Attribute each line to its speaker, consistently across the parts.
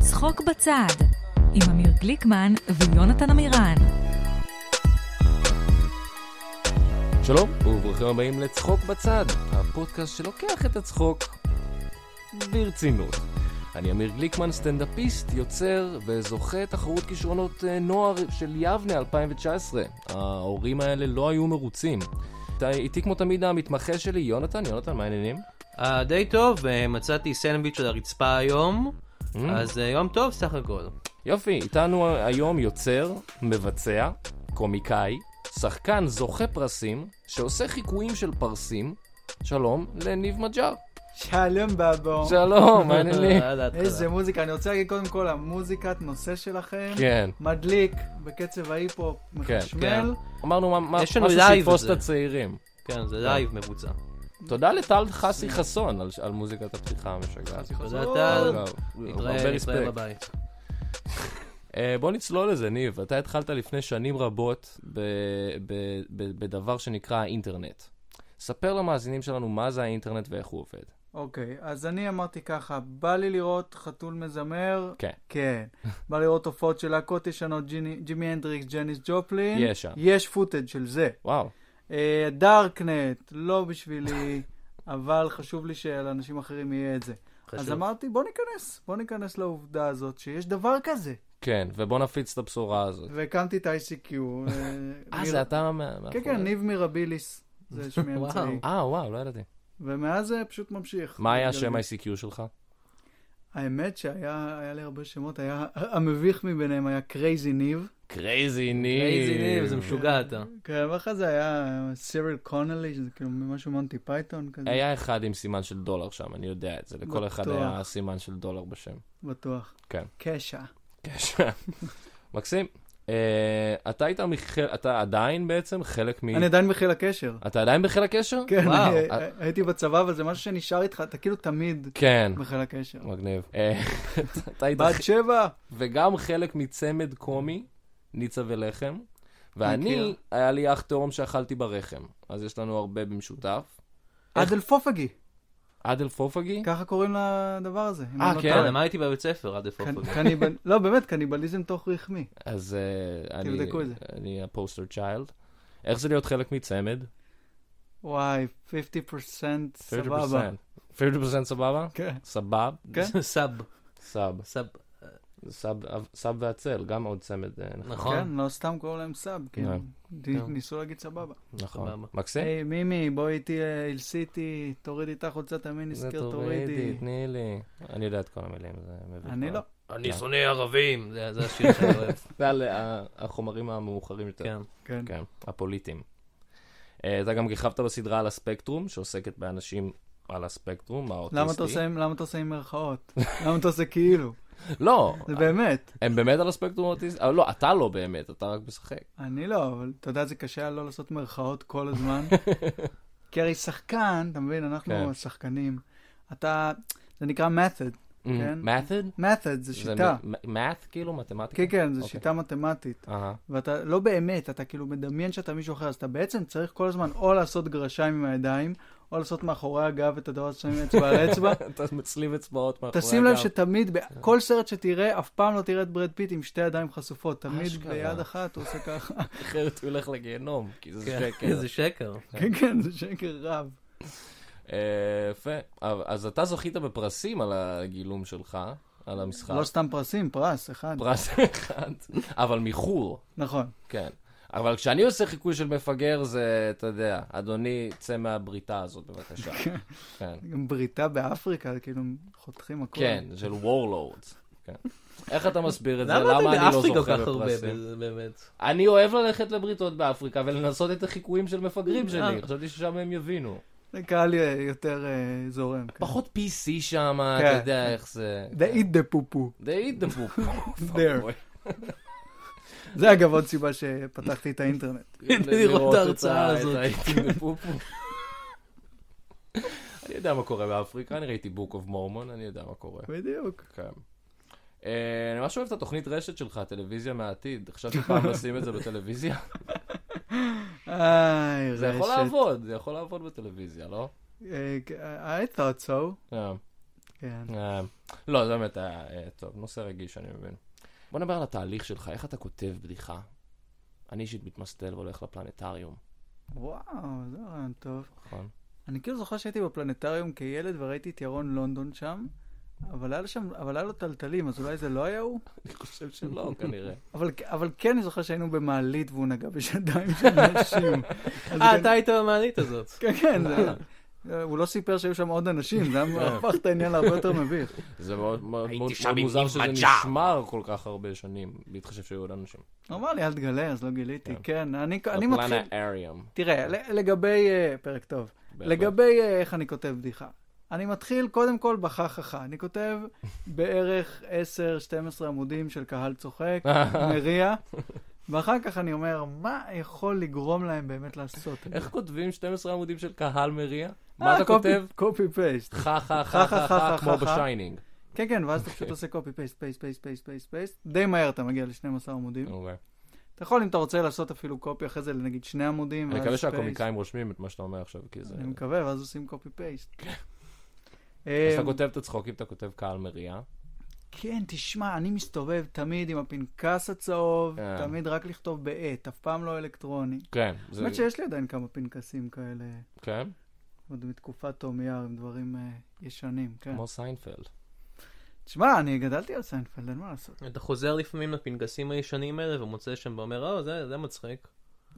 Speaker 1: צחוק בצד, עם אמיר גליקמן ויונתן עמירן.
Speaker 2: שלום, וברוכים הבאים לצחוק בצד, הפודקאסט שלוקח את הצחוק ברצינות. אני אמיר גליקמן, סטנדאפיסט, יוצר וזוכה תחרות כישרונות אה, נוער של יבנה 2019. ההורים האלה לא היו מרוצים. אתה איתי כמו תמיד המתמחה שלי, יונתן. יונתן, מה העניינים?
Speaker 3: אה, די טוב, אה, מצאתי סנדוויץ' על הרצפה היום, אז אה, יום טוב סך הכל.
Speaker 2: יופי, איתנו היום יוצר, מבצע, קומיקאי, שחקן זוכה פרסים, שעושה חיקויים של פרסים. שלום לניב מג'אר.
Speaker 4: שלום בבו.
Speaker 2: שלום, מה העניינים?
Speaker 3: אה, להתחלה.
Speaker 4: איזה מוזיקה, אני רוצה להגיד קודם כל, המוזיקת נושא שלכם,
Speaker 2: כן.
Speaker 4: מדליק בקצב ההיפ-הופ,
Speaker 3: כן.
Speaker 4: מחשמל.
Speaker 2: אמרנו מה- מה-
Speaker 3: יש לנו
Speaker 2: משהו
Speaker 3: לייב
Speaker 2: שיתפוס את
Speaker 3: בזה.
Speaker 2: הצעירים.
Speaker 3: כן, זה לייב מבוצע.
Speaker 2: תודה לטל חסי חסון על- על מוזיקת הפתיחה המשגעת.
Speaker 3: תודה,
Speaker 4: חזור.
Speaker 3: טל.
Speaker 2: אגב, אה, הרבה
Speaker 3: נתראה, נתראה
Speaker 2: רספקט.
Speaker 3: בבית.
Speaker 2: אה, בוא נצלול לזה, ניב. אתה התחלת לפני שנים רבות ב- ב- ב- בדבר שנקרא האינטרנט. ספר למאזינים שלנו מה זה האינטרנט ואיך הוא עובד.
Speaker 4: אוקיי, אז אני אמרתי ככה, בא לי לראות חתול מזמר,
Speaker 2: כן.
Speaker 4: כן. בא לי לראות הופעות של להקות ישנות, ג'יני- ג'ימי הנדריקס, ג'ניס ג'ופלין.
Speaker 2: יש שם.
Speaker 4: יש פוטג' של זה.
Speaker 2: וואו.
Speaker 4: אה, דארקנט, לא בשבילי, אבל חשוב לי שלאנשים אחרים יהיה את זה. אז
Speaker 3: חשוב.
Speaker 4: אמרתי, בוא ניכנס, בוא ניכנס לעובדה הזאת שיש דבר כזה.
Speaker 2: כן, ובוא נפיץ את הבשורה הזאת.
Speaker 4: והקמתי את ה-ICQ.
Speaker 2: אה,
Speaker 3: לא-
Speaker 2: זה אתה מה... מאחורי.
Speaker 4: כן, כן, ניב מירביליס, זה שמי
Speaker 3: וואו.
Speaker 4: אמצעי.
Speaker 2: אה, וואו, לא ידעתי.
Speaker 4: ומאז זה פשוט ממשיך.
Speaker 2: מה היה
Speaker 4: בגלל
Speaker 3: לא-
Speaker 2: השם
Speaker 4: זה.
Speaker 2: ICQ שלך?
Speaker 4: האמת שהיה היה לי הרבה שמות, היה המביך מביניהם היה קרייזי ניב.
Speaker 2: קרייזי ניב.
Speaker 3: איזה ניב, זה משוגע אתה.
Speaker 4: כן, ואחרי זה היה סיריל קונלי, שזה כאילו משהו מונטי פייתון כזה.
Speaker 2: היה אחד עם סימן של דולר שם, אני יודע את זה. לכל אחד
Speaker 4: בטוח.
Speaker 2: היה סימן של דולר בשם.
Speaker 4: בטוח.
Speaker 2: כן.
Speaker 4: קשע. כן.
Speaker 2: קשר. מקסים. אה, אתה היית מחיל... אתה עדיין בעצם חלק מ...
Speaker 4: אני עדיין בחיל הקשר.
Speaker 2: אתה עדיין בחיל הקשר? אה,
Speaker 4: כן,
Speaker 3: וואו.
Speaker 4: אני- הייתי בצבא, אבל זה משהו שנשאר איתך, אתה כאילו תמיד
Speaker 2: כן.
Speaker 4: בחיל הקשר.
Speaker 2: מגניב. אה, אתה היית...
Speaker 4: בת שבע,
Speaker 2: וגם חלק מצמד קומי, ניצה ולחם. ואני,
Speaker 4: מכיר.
Speaker 2: היה לי אח תאום שאכלתי ברחם. אז יש לנו הרבה במשותף.
Speaker 4: עדל פופגי,
Speaker 2: עדל פופגי?
Speaker 4: ככה קוראים לדבר הזה. אם
Speaker 2: אה,
Speaker 4: אני לא
Speaker 2: כן,
Speaker 4: טועה.
Speaker 3: כן, למדתי בבית ספר עד איפה.
Speaker 4: קנ- קניבל... לא, באמת, קניבליזם תוך רחמי.
Speaker 2: אז אה, אני...
Speaker 4: תבדקו את זה.
Speaker 2: אני הפוסטר צ'יילד. איך זה להיות חלק מצמד?
Speaker 4: וואי, 50% סבבה.
Speaker 2: 50% סבבה?
Speaker 4: כן.
Speaker 2: סבב?
Speaker 4: כן.
Speaker 3: סאב,
Speaker 2: סאב.
Speaker 3: סאב,
Speaker 2: סאב, סאב והצל, גם עוד צמד אה, נכון.
Speaker 3: נכון?
Speaker 4: כן, לא סתם קוראים להם סאב, כן.
Speaker 2: כן.
Speaker 4: די- ניסו להגיד סבבה. אה,
Speaker 2: נכון.
Speaker 3: סבבה.
Speaker 2: מקסים?
Speaker 4: היי, מימי, בואי איתי אה, אל סיטי, תורידי את החולצת המין,
Speaker 2: זה
Speaker 4: נזכר תורידי.
Speaker 2: תני לי. אני יודע את כל המילים, זה מביך.
Speaker 4: אני לא.
Speaker 3: אני שונא ערבים, זה זה השיר שאני אוהב.
Speaker 2: זה על אה, החומרים המאוחרים יותר.
Speaker 3: כן.
Speaker 4: כן.
Speaker 2: כן, הפוליטיים. אה, אתה גם כיכבת בסדרה על הספקטרום, שעוסקת באנשים על הספקטרום, האוטיסטי.
Speaker 4: למה אתה עושה עם- למה אתה עושה עם מירכאות? למה אתה עושה כאילו?
Speaker 2: לא,
Speaker 4: זה באמת.
Speaker 2: הם באמת על הספקטרום האוטיסטי? אה, לא, אתה לא באמת, אתה רק משחק.
Speaker 4: אני לא, אבל אתה יודע, זה קשה לא לעשות מירכאות כל הזמן. כי הרי שחקן, אתה מבין,
Speaker 2: כן.
Speaker 4: אנחנו שחקנים. אתה, זה נקרא method. כן.
Speaker 2: מת'ד?
Speaker 4: method זה שיטה.
Speaker 2: מת, כאילו, מתמטיקה?
Speaker 4: כן, כן, זו
Speaker 2: אוקיי.
Speaker 4: שיטה מתמטית.
Speaker 2: אהה.
Speaker 4: ואתה לא באמת, אתה כאילו מדמיין שאתה מישהו אחר, אז אתה בעצם צריך כל הזמן או לעשות גרשיים עם הידיים, או לעשות מאחורי הגב את הדבר הזה שמים אצבע על אצבע.
Speaker 2: אתה מצליב אצבעות מאחורי
Speaker 4: תשים לב
Speaker 2: הגב. כן.
Speaker 4: שתמיד, בכל סרט שתראה, אף פעם לא תראה את ברד פיט עם שתי ידיים חשופות. תמיד
Speaker 2: אשכרה.
Speaker 4: ביד אחת הוא עושה ככה.
Speaker 2: אחרת הוא ילך לגיהנום, כי זה
Speaker 3: כן,
Speaker 2: שקר.
Speaker 3: זה שקר.
Speaker 4: כן, כן, זה שקר רב.
Speaker 2: אה, יפה. אבל- אז אתה זוכית בפרסים על הגילום שלך, על המשחק.
Speaker 4: לא סתם פרסים, פרס, אחד.
Speaker 2: פרס אחד, אבל מחור,
Speaker 4: נכון.
Speaker 2: כן. אבל כשאני עושה חיקוי של מפגר זה, אתה יודע, אדוני, צא מהבריתה הזאת בבקשה. כן,
Speaker 4: גם בריתה באפריקה, כאילו, חותכים הכול.
Speaker 2: כן, של וורלורד. כן. איך אתה מסביר את זה?
Speaker 3: למה אתה
Speaker 2: למה אני לא
Speaker 3: באפריקה כל
Speaker 2: זוכה
Speaker 3: כך הרבה,
Speaker 2: בפרסים?
Speaker 3: באמת?
Speaker 2: אני אוהב ללכת לבריתות באפריקה ולנסות את החיקויים של מפגרים שלי.
Speaker 3: אה.
Speaker 2: חשבתי ששם הם יבינו.
Speaker 4: זה קהל אה, יותר אה, זורם. כן.
Speaker 2: פחות PC שם, אתה
Speaker 4: כן.
Speaker 2: יודע איך זה. כן.
Speaker 4: They eat the poo-poo.
Speaker 2: They eat the Oh, poop.
Speaker 4: There. זה אגב עוד סיבה שפתחתי את האינטרנט.
Speaker 3: לראות את ההרצאה הזאת.
Speaker 2: אני יודע מה קורה באפריקה, אני ראיתי Book of Mormon, אני יודע מה קורה.
Speaker 4: בדיוק.
Speaker 2: כן. אה, אני ממש אוהב את התוכנית רשת שלך, טלוויזיה מהעתיד. חשבתי פעם לשים את זה בטלוויזיה.
Speaker 4: איי,
Speaker 2: זה יכול
Speaker 4: רשת.
Speaker 2: לעבוד, זה יכול לעבוד בטלוויזיה, לא?
Speaker 4: אה, I thought so.
Speaker 2: אה,
Speaker 4: כן.
Speaker 2: אה, לא, זה באמת היה אה, טוב, נושא רגיש, אני מבין. בוא נדבר על התהליך שלך, איך אתה כותב בדיחה? אני אישית מתמסטל והולך לפלנטריום,
Speaker 4: וואו, זה רעיון טוב.
Speaker 2: נכון?
Speaker 4: אני כאילו זוכר שהייתי בפלנטריום כילד וראיתי את ירון לונדון שם, אבל היה, לו שם, אבל היה לו טלטלים, אז אולי זה לא היה הוא?
Speaker 2: אני חושב
Speaker 5: לא,
Speaker 2: שלא, כנראה.
Speaker 4: אבל, אבל כן אני זוכר שהיינו במעלית והוא נגע בשדיים של נשים. אז
Speaker 3: אה,
Speaker 4: כן-
Speaker 3: אתה היית במעלית הזאת.
Speaker 4: כן, כן,
Speaker 2: אה.
Speaker 4: זה- הוא לא סיפר שהיו שם עוד אנשים, זה
Speaker 2: כן.
Speaker 4: היה- הפך את העניין להרבה יותר מביך.
Speaker 2: זה מאוד מאוד מאוד
Speaker 5: שם עם
Speaker 2: מוזר שזה
Speaker 5: נימבג'ה.
Speaker 2: נשמר כל כך הרבה שנים, בהתחשב שהיו עוד אנשים.
Speaker 4: הוא אמר לי, אל תגלה, אז לא גיליתי. כן, אני אני מתחיל...
Speaker 2: בפלנטריום.
Speaker 4: תראה, ל- לגבי... אה, פרק טוב.
Speaker 2: בהחלט.
Speaker 4: לגבי אה, איך אני כותב בדיחה. אני מתחיל קודם כל בחככה. אני כותב בערך 10-12 עמודים של קהל צוחק,
Speaker 2: אה.
Speaker 4: מריע, ואחר כך אני אומר, מה יכול לגרום להם באמת לעשות את זה?
Speaker 2: איך כותבים 12 עמודים של קהל מריע?
Speaker 4: אה,
Speaker 2: אה, מה אתה
Speaker 4: copy-
Speaker 2: כותב?
Speaker 4: copy paste.
Speaker 2: חה חה חה חה חה כמו בשיינינג.
Speaker 4: כן, כן, ואז אתה
Speaker 2: אוקיי.
Speaker 4: פשוט עושה copy paste, paste, paste, paste, paste, paste. די מהר אתה מגיע ל-12 עמודים.
Speaker 2: אוקיי.
Speaker 4: אתה יכול, אם אתה רוצה, לעשות אפילו קופי אחרי זה לנגיד שני עמודים,
Speaker 2: אני
Speaker 4: ואז
Speaker 2: מקווה
Speaker 4: paste.
Speaker 2: שהקומיקאים רושמים את מה שאתה אומר עכשיו, כי זה... כן.
Speaker 4: אני מקווה, ואז עושים copy paste.
Speaker 2: אז
Speaker 4: אמ,
Speaker 2: אתה כותב את הצחוקים, אתה כותב קהל מריע.
Speaker 4: כן, תשמע, אני מסתובב תמיד עם הפנקס הצהוב,
Speaker 2: אה.
Speaker 4: תמיד רק לכתוב בעט, אף פעם לא אלקטרוני.
Speaker 2: כן, זה...
Speaker 4: האמת שיש לי עדיין כמה פנקסים כאלה,
Speaker 2: כן,
Speaker 4: עוד מתקופת תום יער, עם דברים אה, ישנים, כן.
Speaker 2: כמו סיינפלד.
Speaker 4: תשמע, אני גדלתי על סיינפלד, אין מה לעשות.
Speaker 3: אתה חוזר לפעמים לפנקסים הישנים האלה ומוצא שם ואומר, אה, זה, זה מצחיק.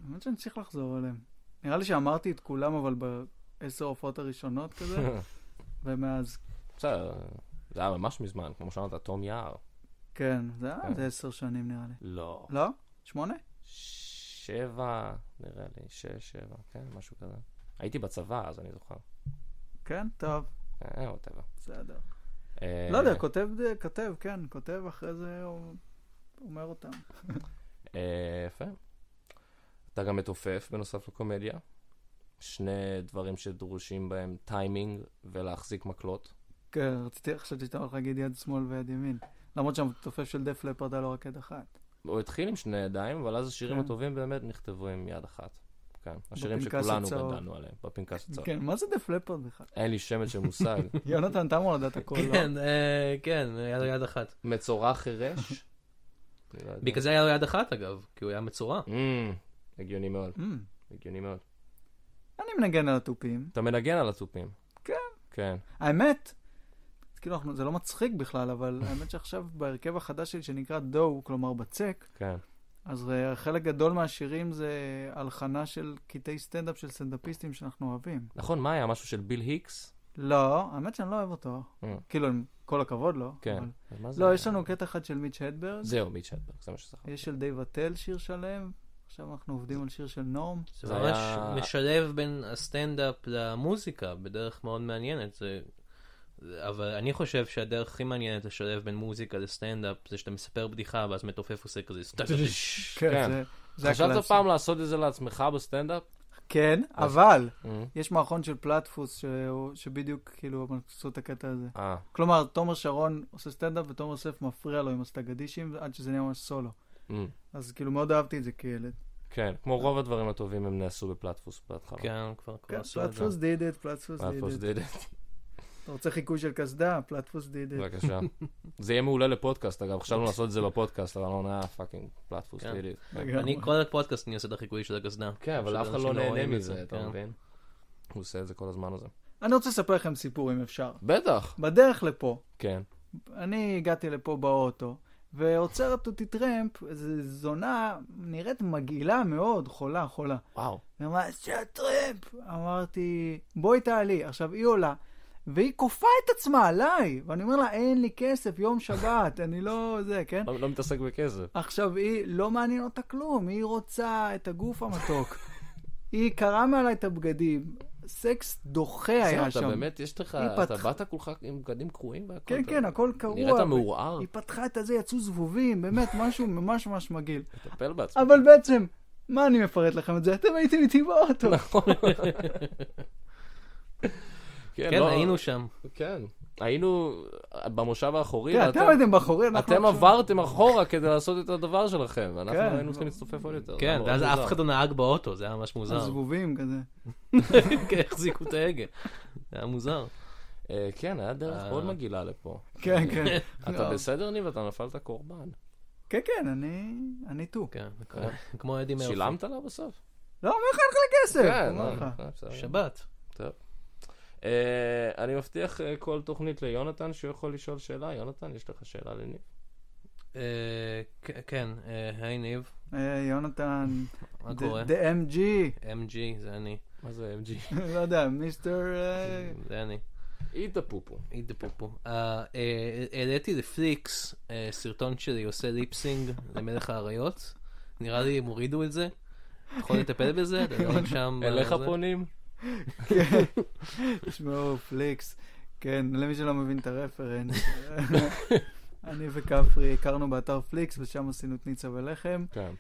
Speaker 4: האמת שאני צריך לחזור אליהם. נראה לי שאמרתי את כולם, אבל בעשר הופעות הראשונות כזה, ומאז,
Speaker 2: בסדר, זה היה ממש מזמן, כמו שאמרת, תום יער.
Speaker 4: כן, זה היה
Speaker 2: כן.
Speaker 4: איזה עשר שנים נראה לי.
Speaker 2: לא.
Speaker 4: לא? שמונה?
Speaker 2: שבע, נראה לי, שש, שבע, כן, משהו כזה. הייתי בצבא, אז אני זוכר.
Speaker 4: כן, טוב,
Speaker 2: אה, ווטאבר.
Speaker 4: בסדר.
Speaker 2: אה.
Speaker 4: לא יודע, כותב, כותב, כן, כותב, אחרי זה הוא אומר אותם.
Speaker 2: אה, יפה. אתה גם מתופף בנוסף לקומדיה. שני דברים שדרושים בהם טיימינג ולהחזיק מקלות.
Speaker 4: כן, רציתי, חשבתי שאתה הולך להגיד יד שמאל ויד ימין. למרות שהמתופף של דף לפרד היה לו רק יד אחת.
Speaker 2: הוא התחיל עם שני ידיים, אבל אז השירים
Speaker 4: כן.
Speaker 2: הטובים באמת נכתבו עם יד אחת. כן, השירים
Speaker 4: בפנקס
Speaker 2: שכולנו
Speaker 4: הצהוב.
Speaker 2: גדלנו עליהם, בפנקס הצהוב.
Speaker 4: כן, מה זה דף לפרד בכלל?
Speaker 2: אין לי שמץ של מושג.
Speaker 4: יונתן, אתה אמור לדעת הכל, לא?
Speaker 3: כן, אה, כן, היה לו יד אחת.
Speaker 2: מצורע חירש? אני לא יודע.
Speaker 3: בגלל זה היה לו יד אחת, אגב, כי הוא היה מצורע.
Speaker 2: אמ, הגיוני מאוד,
Speaker 4: Mm.
Speaker 2: הגיוני מאוד.
Speaker 4: אני מנגן על התופים.
Speaker 2: אתה מנגן על התופים.
Speaker 4: כן.
Speaker 2: כן.
Speaker 4: האמת, כאילו, אנחנו- זה לא מצחיק בכלל, אבל האמת שעכשיו בהרכב החדש שלי שנקרא דו, כלומר בצק,
Speaker 2: כן.
Speaker 4: אז אה, חלק גדול מהשירים זה הלחנה של קטעי סטנדאפ של סטנדאפיסטים שאנחנו אוהבים.
Speaker 2: נכון, מה היה? משהו של ביל היקס?
Speaker 4: לא, האמת שאני לא אוהב אותו.
Speaker 2: Mm.
Speaker 4: כאילו, עם כל הכבוד לו.
Speaker 2: כן.
Speaker 4: אבל-
Speaker 2: אז מה זה
Speaker 4: לא,
Speaker 2: היה?
Speaker 4: יש לנו קטע אחד של מיץ' הדברג.
Speaker 2: זהו, מיץ' הדברג, זה מה שזכרתי.
Speaker 4: יש של דייב אטל שיר שלם, עכשיו אנחנו עובדים על שיר של נורם.
Speaker 3: זה
Speaker 2: זה
Speaker 3: ממש
Speaker 2: היה-
Speaker 3: משלב בין הסטנדאפ למוזיקה בדרך מאוד מעניינת. זה... זה- אבל אני חושב שהדרך הכי מעניינת לשלב בין מוזיקה לסטנדאפ זה שאתה מספר בדיחה ואז מתופף עושה כזה סטטש.
Speaker 2: כן.
Speaker 4: זה- זה
Speaker 2: חשבת
Speaker 4: הקלאסי.
Speaker 2: פעם לא- לעשות את זה לעצמך בסטנדאפ?
Speaker 4: כן, אבל
Speaker 2: אה.
Speaker 4: יש מערכון של פלטפוס שהוא- שבדיוק כאילו הם עשו את הקטע הזה.
Speaker 2: אה,
Speaker 4: כלומר, תומר שרון עושה סטנדאפ ותומר יוסף מפריע לו עם הסטגדישים עד שזה נהיה ממש סולו.
Speaker 2: אה.
Speaker 4: אז כאילו מאוד אהבתי את זה כילד.
Speaker 2: כן, כמו רוב הדברים הטובים הם נעשו בפלטפוס בהתחלה.
Speaker 3: כן, כבר כבר
Speaker 4: כן,
Speaker 3: עשו את זה.
Speaker 4: פלטפוס did it, פלטפוס
Speaker 2: פלטפוס
Speaker 4: did it.
Speaker 2: did it,
Speaker 4: אתה רוצה חיקוי של קסדה? פלטפוס did it.
Speaker 2: בבקשה. זה יהיה מעולה לפודקאסט, אגב, חשבנו לעשות את זה בפודקאסט, אבל לא נראה פאקינג פלטפוס
Speaker 3: כן.
Speaker 2: did it.
Speaker 4: לגמרי.
Speaker 3: אני כל הפודקאסט אני עושה את החיקוי של הגזדה.
Speaker 2: כן, אבל
Speaker 3: פשוט
Speaker 2: אף אחד
Speaker 3: אנשים
Speaker 2: לא נהנה
Speaker 3: רואים את
Speaker 2: מזה,
Speaker 3: כן.
Speaker 2: אתה מבין? הוא עושה את זה כל הזמן הזה.
Speaker 4: אני רוצה לספר לכם סיפור אם אפשר.
Speaker 2: בטח.
Speaker 4: בדרך לפה,
Speaker 2: כן.
Speaker 4: אני הגעתי לפה באוטו, ועוצרת אותי טרמפ, איזו זונה נראית מגעילה מאוד, חולה, חולה.
Speaker 2: וואו.
Speaker 4: היא אמרה, שטרמפ! אמרתי, בואי תעלי. עכשיו, היא עולה, והיא כופה את עצמה עליי, ואני אומר לה, אין לי כסף, יום שבת, אני לא זה, כן?
Speaker 2: לא לא מתעסק בכסף.
Speaker 4: עכשיו, היא, לא מעניין אותה כלום, היא רוצה את הגוף המתוק. היא קרעה מעליי את הבגדים, סקס דוחה היה
Speaker 2: אתה
Speaker 4: שם.
Speaker 2: באמת, יש לך,
Speaker 4: היא
Speaker 2: אתה
Speaker 4: פתחה-
Speaker 2: באת כולך עם בגדים קרועים והכל.
Speaker 4: כן,
Speaker 2: אתה-
Speaker 4: כן, הכל קרוע.
Speaker 2: נראית מעורער,
Speaker 4: היא פתחה את הזה, יצאו זבובים, באמת, משהו ממש ממש מגעיל.
Speaker 2: תטפל בעצמך.
Speaker 4: אבל בעצם, מה אני מפרט לכם את זה? אתם הייתם איתי באוטו.
Speaker 2: נכון,
Speaker 3: כן,
Speaker 2: לא-
Speaker 3: היינו שם.
Speaker 2: כן. היינו במושב האחורי,
Speaker 4: כן,
Speaker 2: ואתם-
Speaker 4: אתם הייתם בחורי, אנחנו...
Speaker 2: אתם
Speaker 4: עכשיו-
Speaker 2: עברתם אחורה כדי לעשות את הדבר שלכם, ואנחנו
Speaker 4: כן.
Speaker 2: היינו צריכים להצטופף עוד יותר.
Speaker 3: כן,
Speaker 2: זה היה
Speaker 3: ואז
Speaker 2: נורא
Speaker 3: אף אחד לא נהג באוטו, זה היה ממש מוזר.
Speaker 4: זבובים כזה.
Speaker 3: כן, החזיקו את ההגה. זה היה מוזר.
Speaker 2: מוזר. אה, כן, היה דרך
Speaker 3: אה.
Speaker 2: מאוד מגעילה לפה.
Speaker 4: כן, כן.
Speaker 2: אתה
Speaker 4: לא.
Speaker 2: בסדר, ניב? אתה נפלת קורבן.
Speaker 4: כן, כן, אני... אני טו.
Speaker 3: כן, כמו- כמו אדי מרפי.
Speaker 2: אה? שילמת לה בסוף?
Speaker 4: לא, אומר לך, אין לך כסף.
Speaker 2: כן,
Speaker 4: אומר לך.
Speaker 2: אה, בסדר.
Speaker 3: שבת.
Speaker 2: אה, אני מבטיח אה, כל תוכנית ליונתן שהוא יכול לשאול שאלה. יונתן, יש לך שאלה לניב?
Speaker 3: אה, כ- כן, אה, היי ניב,
Speaker 4: אה, יונתן,
Speaker 3: מה קורה?
Speaker 4: The MG,
Speaker 3: MG, זה אני.
Speaker 2: מה זה MG?
Speaker 4: לא יודע, מיסטר... אה,
Speaker 3: זה אני.
Speaker 2: אית הפופו.
Speaker 3: אי דה פופו. אה, אה, העליתי לפליקס אה, סרטון שלי עושה ליפסינג למלך האריות. נראה לי הם הורידו את זה. אתה יכול לטפל בזה? אתה לא שם...
Speaker 2: אליך
Speaker 3: בזה?
Speaker 2: פונים?
Speaker 4: כן. תשמעו, פליקס. כן, למי שלא מבין את הרפרנס. אני וכפרי הכרנו באתר פליקס, ושם עשינו את ניצה ולחם.
Speaker 2: כן.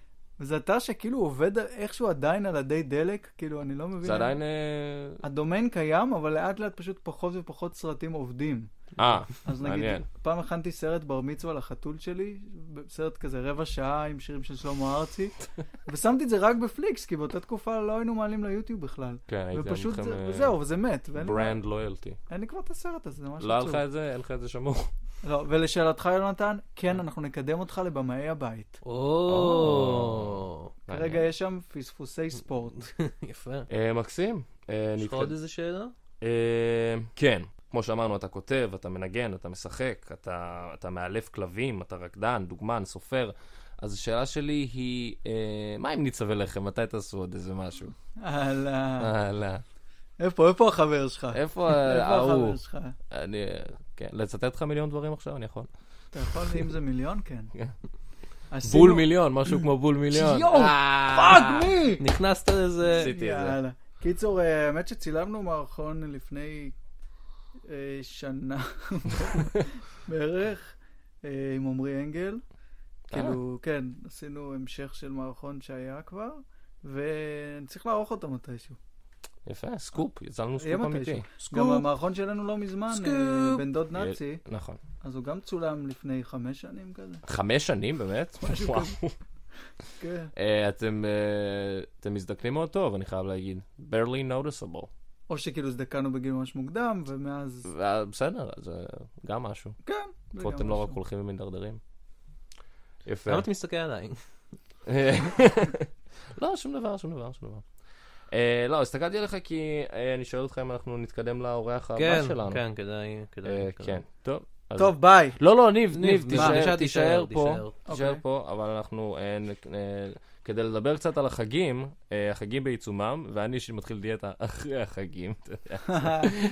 Speaker 4: וזה אתר שכאילו עובד איכשהו עדיין על אדי דלק, כאילו, אני לא מבין.
Speaker 2: זה עדיין... אה,
Speaker 4: הדומיין קיים, אבל לאט לאט פשוט פחות ופחות סרטים עובדים.
Speaker 2: אה,
Speaker 4: אז נגיד,
Speaker 2: מעניין.
Speaker 4: פעם הכנתי סרט בר מצווה לחתול שלי, סרט כזה רבע שעה עם שירים של שלמה ארצי, ושמתי את זה רק בפליקס, כי באותה תקופה לא היינו מעלים ליוטיוב בכלל.
Speaker 2: כן, הייתי
Speaker 4: ופשוט
Speaker 2: אמרתי לכם,
Speaker 4: זה-
Speaker 2: אה,
Speaker 4: וזהו, וזה מת. ואין לי-
Speaker 2: ברנד לויאלטי.
Speaker 4: אין לי כבר את הסרט הזה, זה ממש
Speaker 2: לא היה
Speaker 4: עצוב.
Speaker 2: לך את זה? אין לך את זה שמור.
Speaker 4: לא, ולשאלתך, יונתן, כן, אנחנו נקדם אותך לבמאי הבית.
Speaker 3: או,
Speaker 4: כרגע יש שם פספוסי ספורט.
Speaker 3: יפה.
Speaker 2: אה, מקסים. אה,
Speaker 3: יש לך עוד
Speaker 2: נתקד-
Speaker 3: איזה שאלה?
Speaker 2: אה, כן, כמו שאמרנו, אתה כותב, אתה מנגן, אתה משחק, אתה, אתה מאלף כלבים, אתה רקדן, דוגמן, סופר. אז השאלה שלי היא, אה, מה אם נצווה לחם? מתי תעשו עוד איזה משהו?
Speaker 4: הלאה.
Speaker 2: אה, לא.
Speaker 4: איפה, איפה החבר שלך?
Speaker 2: איפה
Speaker 4: איפה
Speaker 2: ההוא?
Speaker 4: החבר שלך?
Speaker 2: אני, אה, כן, לצטט לך מיליון דברים עכשיו? אני יכול.
Speaker 4: אתה יכול, אם זה מיליון, כן.
Speaker 2: כן.
Speaker 4: עשינו-
Speaker 2: בול מיליון, משהו כמו בול מיליון.
Speaker 4: יואו,
Speaker 2: אה,
Speaker 4: פאק מי!
Speaker 3: נכנסת לזה...
Speaker 2: עשיתי את זה.
Speaker 4: יאללה. קיצור, אה, האמת שצילמנו מערכון לפני אה, שנה בערך, אה, עם עמרי אנגל.
Speaker 2: אה?
Speaker 4: כאילו, כן, עשינו המשך של מערכון שהיה כבר, ואני צריך לערוך אותו מתישהו.
Speaker 2: יפה, סקופ, יצאנו
Speaker 4: יהיה
Speaker 2: סקופ אמיתי.
Speaker 4: מתישהו. גם המערכון שלנו לא מזמן, אה,
Speaker 2: סקופ.
Speaker 4: בן דוד נאצי,
Speaker 2: נכון.
Speaker 4: אז הוא גם צולם לפני חמש שנים כזה.
Speaker 2: חמש שנים באמת?
Speaker 4: משהו
Speaker 2: וואו.
Speaker 4: כן.
Speaker 2: אה, אתם אה, אתם מזדקנים מאוד טוב, אני חייב להגיד. barely noticeable.
Speaker 4: או שכאילו הזדקנו בגיל ממש מוקדם, ומאז...
Speaker 2: וה- בסדר, זה גם משהו.
Speaker 4: כן. זה
Speaker 2: לפחות
Speaker 4: גם
Speaker 2: אתם לא רק
Speaker 4: משהו.
Speaker 2: הולכים ומידרדרים. יפה.
Speaker 3: למה אתה מסתכל עליי?
Speaker 2: לא, שום דבר, שום דבר, שום דבר. אה, לא, הסתכלתי עליך כי אה, אני שואל אותך אם אנחנו נתקדם לאורח הבא
Speaker 3: כן,
Speaker 2: שלנו.
Speaker 3: כן, כדאי, כדאי.
Speaker 2: אה,
Speaker 3: כדאי.
Speaker 2: כן, טוב. אז-
Speaker 4: טוב, ביי.
Speaker 2: לא, לא, ניב, ניב,
Speaker 3: ניב,
Speaker 2: תישאר- תישאר
Speaker 3: בבקשה, תישאר,
Speaker 2: פה.
Speaker 3: תישאר.
Speaker 2: תישאר
Speaker 4: אוקיי.
Speaker 2: פה, אבל אנחנו, אה, נ- אה, כדי לדבר קצת על החגים, אה, החגים בעיצומם, ואני אישית מתחיל דיאטה אחרי החגים. אתה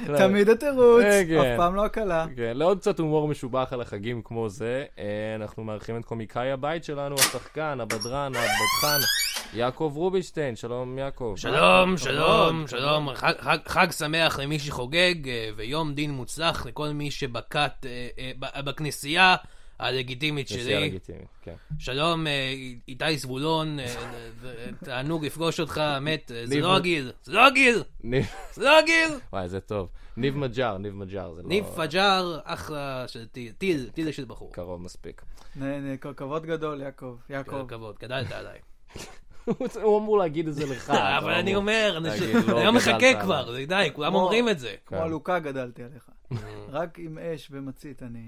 Speaker 2: יודע.
Speaker 4: תמיד התירוץ,
Speaker 2: לא. כן, כן.
Speaker 4: אף פעם לא הקלה.
Speaker 2: כן, לעוד קצת הומור משובח על החגים כמו זה, אה, אנחנו מארחים את קומיקאי הבית שלנו, השחקן, הבדרן, הבדחן, יעקב רובינשטיין, שלום יעקב.
Speaker 3: שלום, שלום, שלום, חג, חג, חג שמח למי שחוגג, אה, ויום דין מוצלח לכל מי שבקט אה, אה, ב- בכנסייה הלגיטימית
Speaker 2: נסיעה
Speaker 3: שלי.
Speaker 2: לגיטימית, כן.
Speaker 3: שלום, אה, איתי זבולון, אה, אה, תענוג לפגוש אותך, האמת, אה, זה
Speaker 2: ניב-
Speaker 3: לא הגיל, זה לא הגיל,
Speaker 2: ניב-
Speaker 3: זה לא הגיל.
Speaker 2: וואי, זה טוב. ניב מג'אר, ניב מג'אר, זה לא
Speaker 3: ניב פג'אר, אחלה של טיל, טיל, טיל של בחור.
Speaker 2: קרוב מספיק.
Speaker 4: נה, נה, כל כבוד גדול, יעקב. יעקב.
Speaker 3: כן, כבוד, גדלת עליי.
Speaker 2: הוא אמור להגיד את זה לך. אתה
Speaker 3: אבל אני
Speaker 2: אמור.
Speaker 3: אומר,
Speaker 2: תגיד,
Speaker 3: אני
Speaker 2: לא,
Speaker 3: אני אה, לא
Speaker 2: גדלת
Speaker 3: מחכה כבר, די, כולם
Speaker 4: כמו-
Speaker 3: אומרים את זה.
Speaker 4: כמו
Speaker 2: כן.
Speaker 4: עלוקה גדלתי עליך. רק עם אש ומצית אני...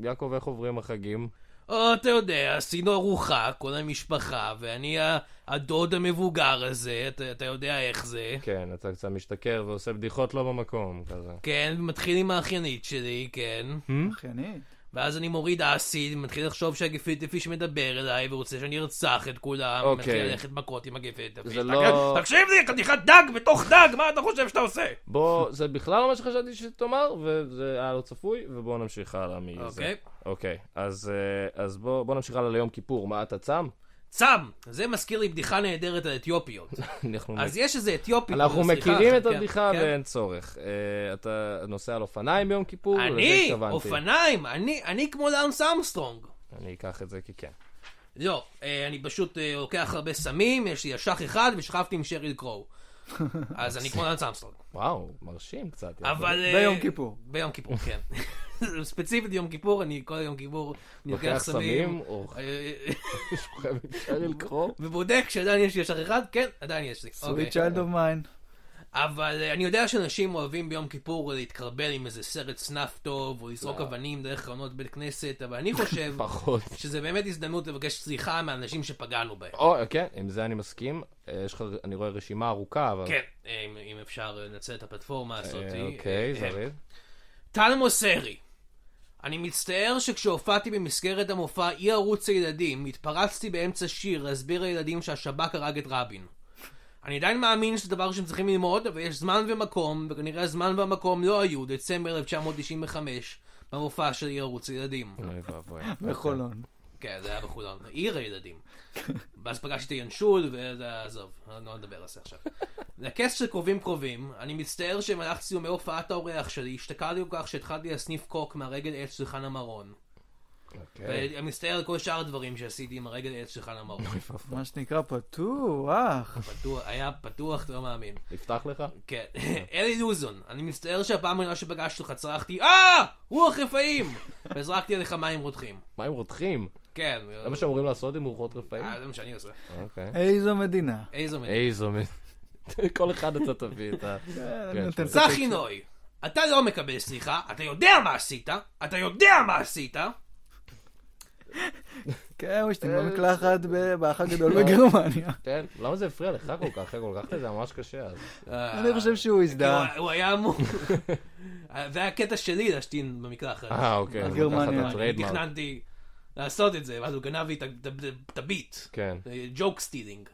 Speaker 2: יעקב, איך עוברים החגים?
Speaker 3: או, אתה יודע, עשינו ארוחה, כל המשפחה, ואני ה- הדוד המבוגר הזה, אתה, אתה יודע איך זה.
Speaker 2: כן, אתה קצת משתכר ועושה בדיחות לא במקום, כזה.
Speaker 3: כן, מתחיל עם האחיינית שלי, כן.
Speaker 4: אחיינית.
Speaker 3: ואז אני מוריד אסיד, מתחיל לחשוב שהגפילטע פיש מדבר אליי ורוצה שאני ארצח את כולם.
Speaker 2: אוקיי.
Speaker 3: מתחיל ללכת מכות עם הגפילטע פיש.
Speaker 2: זה לא-
Speaker 3: תקשיב לי, חתיכת דג בתוך דג, מה אתה חושב שאתה עושה?
Speaker 2: בוא, זה בכלל לא מה שחשבתי שתאמר, וזה היה לא צפוי, ובואו נמשיך הלאה מזה.
Speaker 3: אוקיי.
Speaker 2: אוקיי, אז, אה, אז בוא, בוא נמשיך הלאה ליום כיפור. מה, אתה צם?
Speaker 3: צם! זה מזכיר לי בדיחה נהדרת על אתיופיות.
Speaker 2: אנחנו,
Speaker 3: אז יש איזה אתיופי...
Speaker 2: אנחנו
Speaker 3: סליחה,
Speaker 2: מכירים את
Speaker 3: כן,
Speaker 2: הבדיחה
Speaker 3: כן.
Speaker 2: ואין צורך. אה, אתה נוסע על אופניים ביום כיפור? לזה
Speaker 3: אני,
Speaker 2: אוקיי, התכוונתי.
Speaker 3: אופניים, אני, אני כמו לאנס אמסטרונג.
Speaker 2: אני אקח את זה כי כן.
Speaker 3: לא, אה, אני פשוט אה, לוקח הרבה סמים, יש לי אשך אחד ושכבתי עם שריל קרואו. אז אני כמו לאנס אמסטרונג.
Speaker 2: וואו, מרשים קצת. יעקב.
Speaker 3: אבל... אה,
Speaker 4: ביום כיפור.
Speaker 3: ביום כיפור, כן. ספציפית יום כיפור, אני כל יום כיפור אני לוקח סמים.
Speaker 2: או
Speaker 3: אה,
Speaker 2: שוכב עם שריל קרוב?
Speaker 3: ובודק שעדיין יש לי אשך אחד, כן, עדיין יש לי. אוקיי.
Speaker 4: סוויט צ'יילד אוף מיין.
Speaker 3: אבל אה, אני יודע שאנשים אוהבים ביום כיפור להתקרבל עם איזה סרט סנאף טוב, או לזרוק אבנים דרך קרנות בית כנסת, אבל אני חושב
Speaker 2: פחות.
Speaker 3: שזה באמת הזדמנות לבקש סליחה מהאנשים שפגענו בהם.
Speaker 2: או, כן, עם זה אני מסכים. אה, יש לך, אני רואה רשימה ארוכה, אבל...
Speaker 3: כן, אה, אם- אם אפשר אה, לנצל את הפלטפורמה הזאת.
Speaker 2: אה, אוקיי,
Speaker 3: אה,
Speaker 2: זריב.
Speaker 3: טל מוסרי, אני מצטער שכשהופעתי במסגרת המופע אי ערוץ הילדים, התפרצתי באמצע שיר להסביר לילדים שהשב"כ הרג את רבין. אני עדיין מאמין שזה דבר שהם צריכים ללמוד, אבל יש זמן ומקום, וכנראה הזמן והמקום לא היו דצמבר 1995, במופע של אי ערוץ הילדים.
Speaker 2: אוי ואבוי. אוקיי,
Speaker 4: בחולון.
Speaker 3: כן, זה היה בחולון, עיר הילדים. ואז פגשתי את ינשול, וזה, עזוב, לא נדבר על זה עכשיו. לכס של קרובים קרובים, אני מצטער שבמהלך סיומי הופעת האורח שלי, השתכרתי כל כך שהתחלתי להסניף קוק מהרגל עץ של חנה מרון.
Speaker 2: אוקיי.
Speaker 3: ואני מצטער על כל שאר הדברים שעשיתי עם הרגל עץ של חנה מרון.
Speaker 4: מה שנקרא פתוח.
Speaker 3: פתוח- היה פתוח, אתה לא מאמין.
Speaker 2: נפתח לך?
Speaker 3: כן. אלי לוזון, אני מצטער שהפעם הראשונה שפגשתי אותך צרחתי, אה! רוח רפאים! והזרקתי עליך מים רותחים.
Speaker 2: מים רותחים?
Speaker 3: כן.
Speaker 2: זה מה שאמורים לעשות עם רוחות רפאים?
Speaker 3: אה, זה מה שאני עושה.
Speaker 2: אוקיי.
Speaker 4: איזו מדינה.
Speaker 3: איזו מדינה.
Speaker 2: איזו מ... כל אחד אתה תביא את ה...
Speaker 4: אה,
Speaker 2: כן,
Speaker 4: אני נותן את
Speaker 2: שמע.
Speaker 3: צחי נוי, אתה לא מקבל סליחה, אתה יודע מה עשית, אתה יודע מה עשית,
Speaker 4: כן, הוא
Speaker 2: אה,
Speaker 4: השתגע במקלחת ב- באח הגדול בגרמניה.
Speaker 2: כן, למה זה הפריע לך כל כך? אחרי כל כך זה היה ממש קשה אז.
Speaker 4: אני חושב
Speaker 3: אה,
Speaker 4: שהוא
Speaker 3: כי הוא-
Speaker 4: הזדהה.
Speaker 3: הוא היה אמור, זה היה הקטע שלי להשתין במקלחת.
Speaker 2: אה, אוקיי. אז
Speaker 4: גרמניה.
Speaker 2: לקחת את
Speaker 4: אני
Speaker 3: אני
Speaker 2: הטריידמרק.
Speaker 3: תכננתי לעשות את זה, ואז הוא גנב לי את ה- את הביט. אה,
Speaker 2: כן.
Speaker 3: ג'וק סטילינג.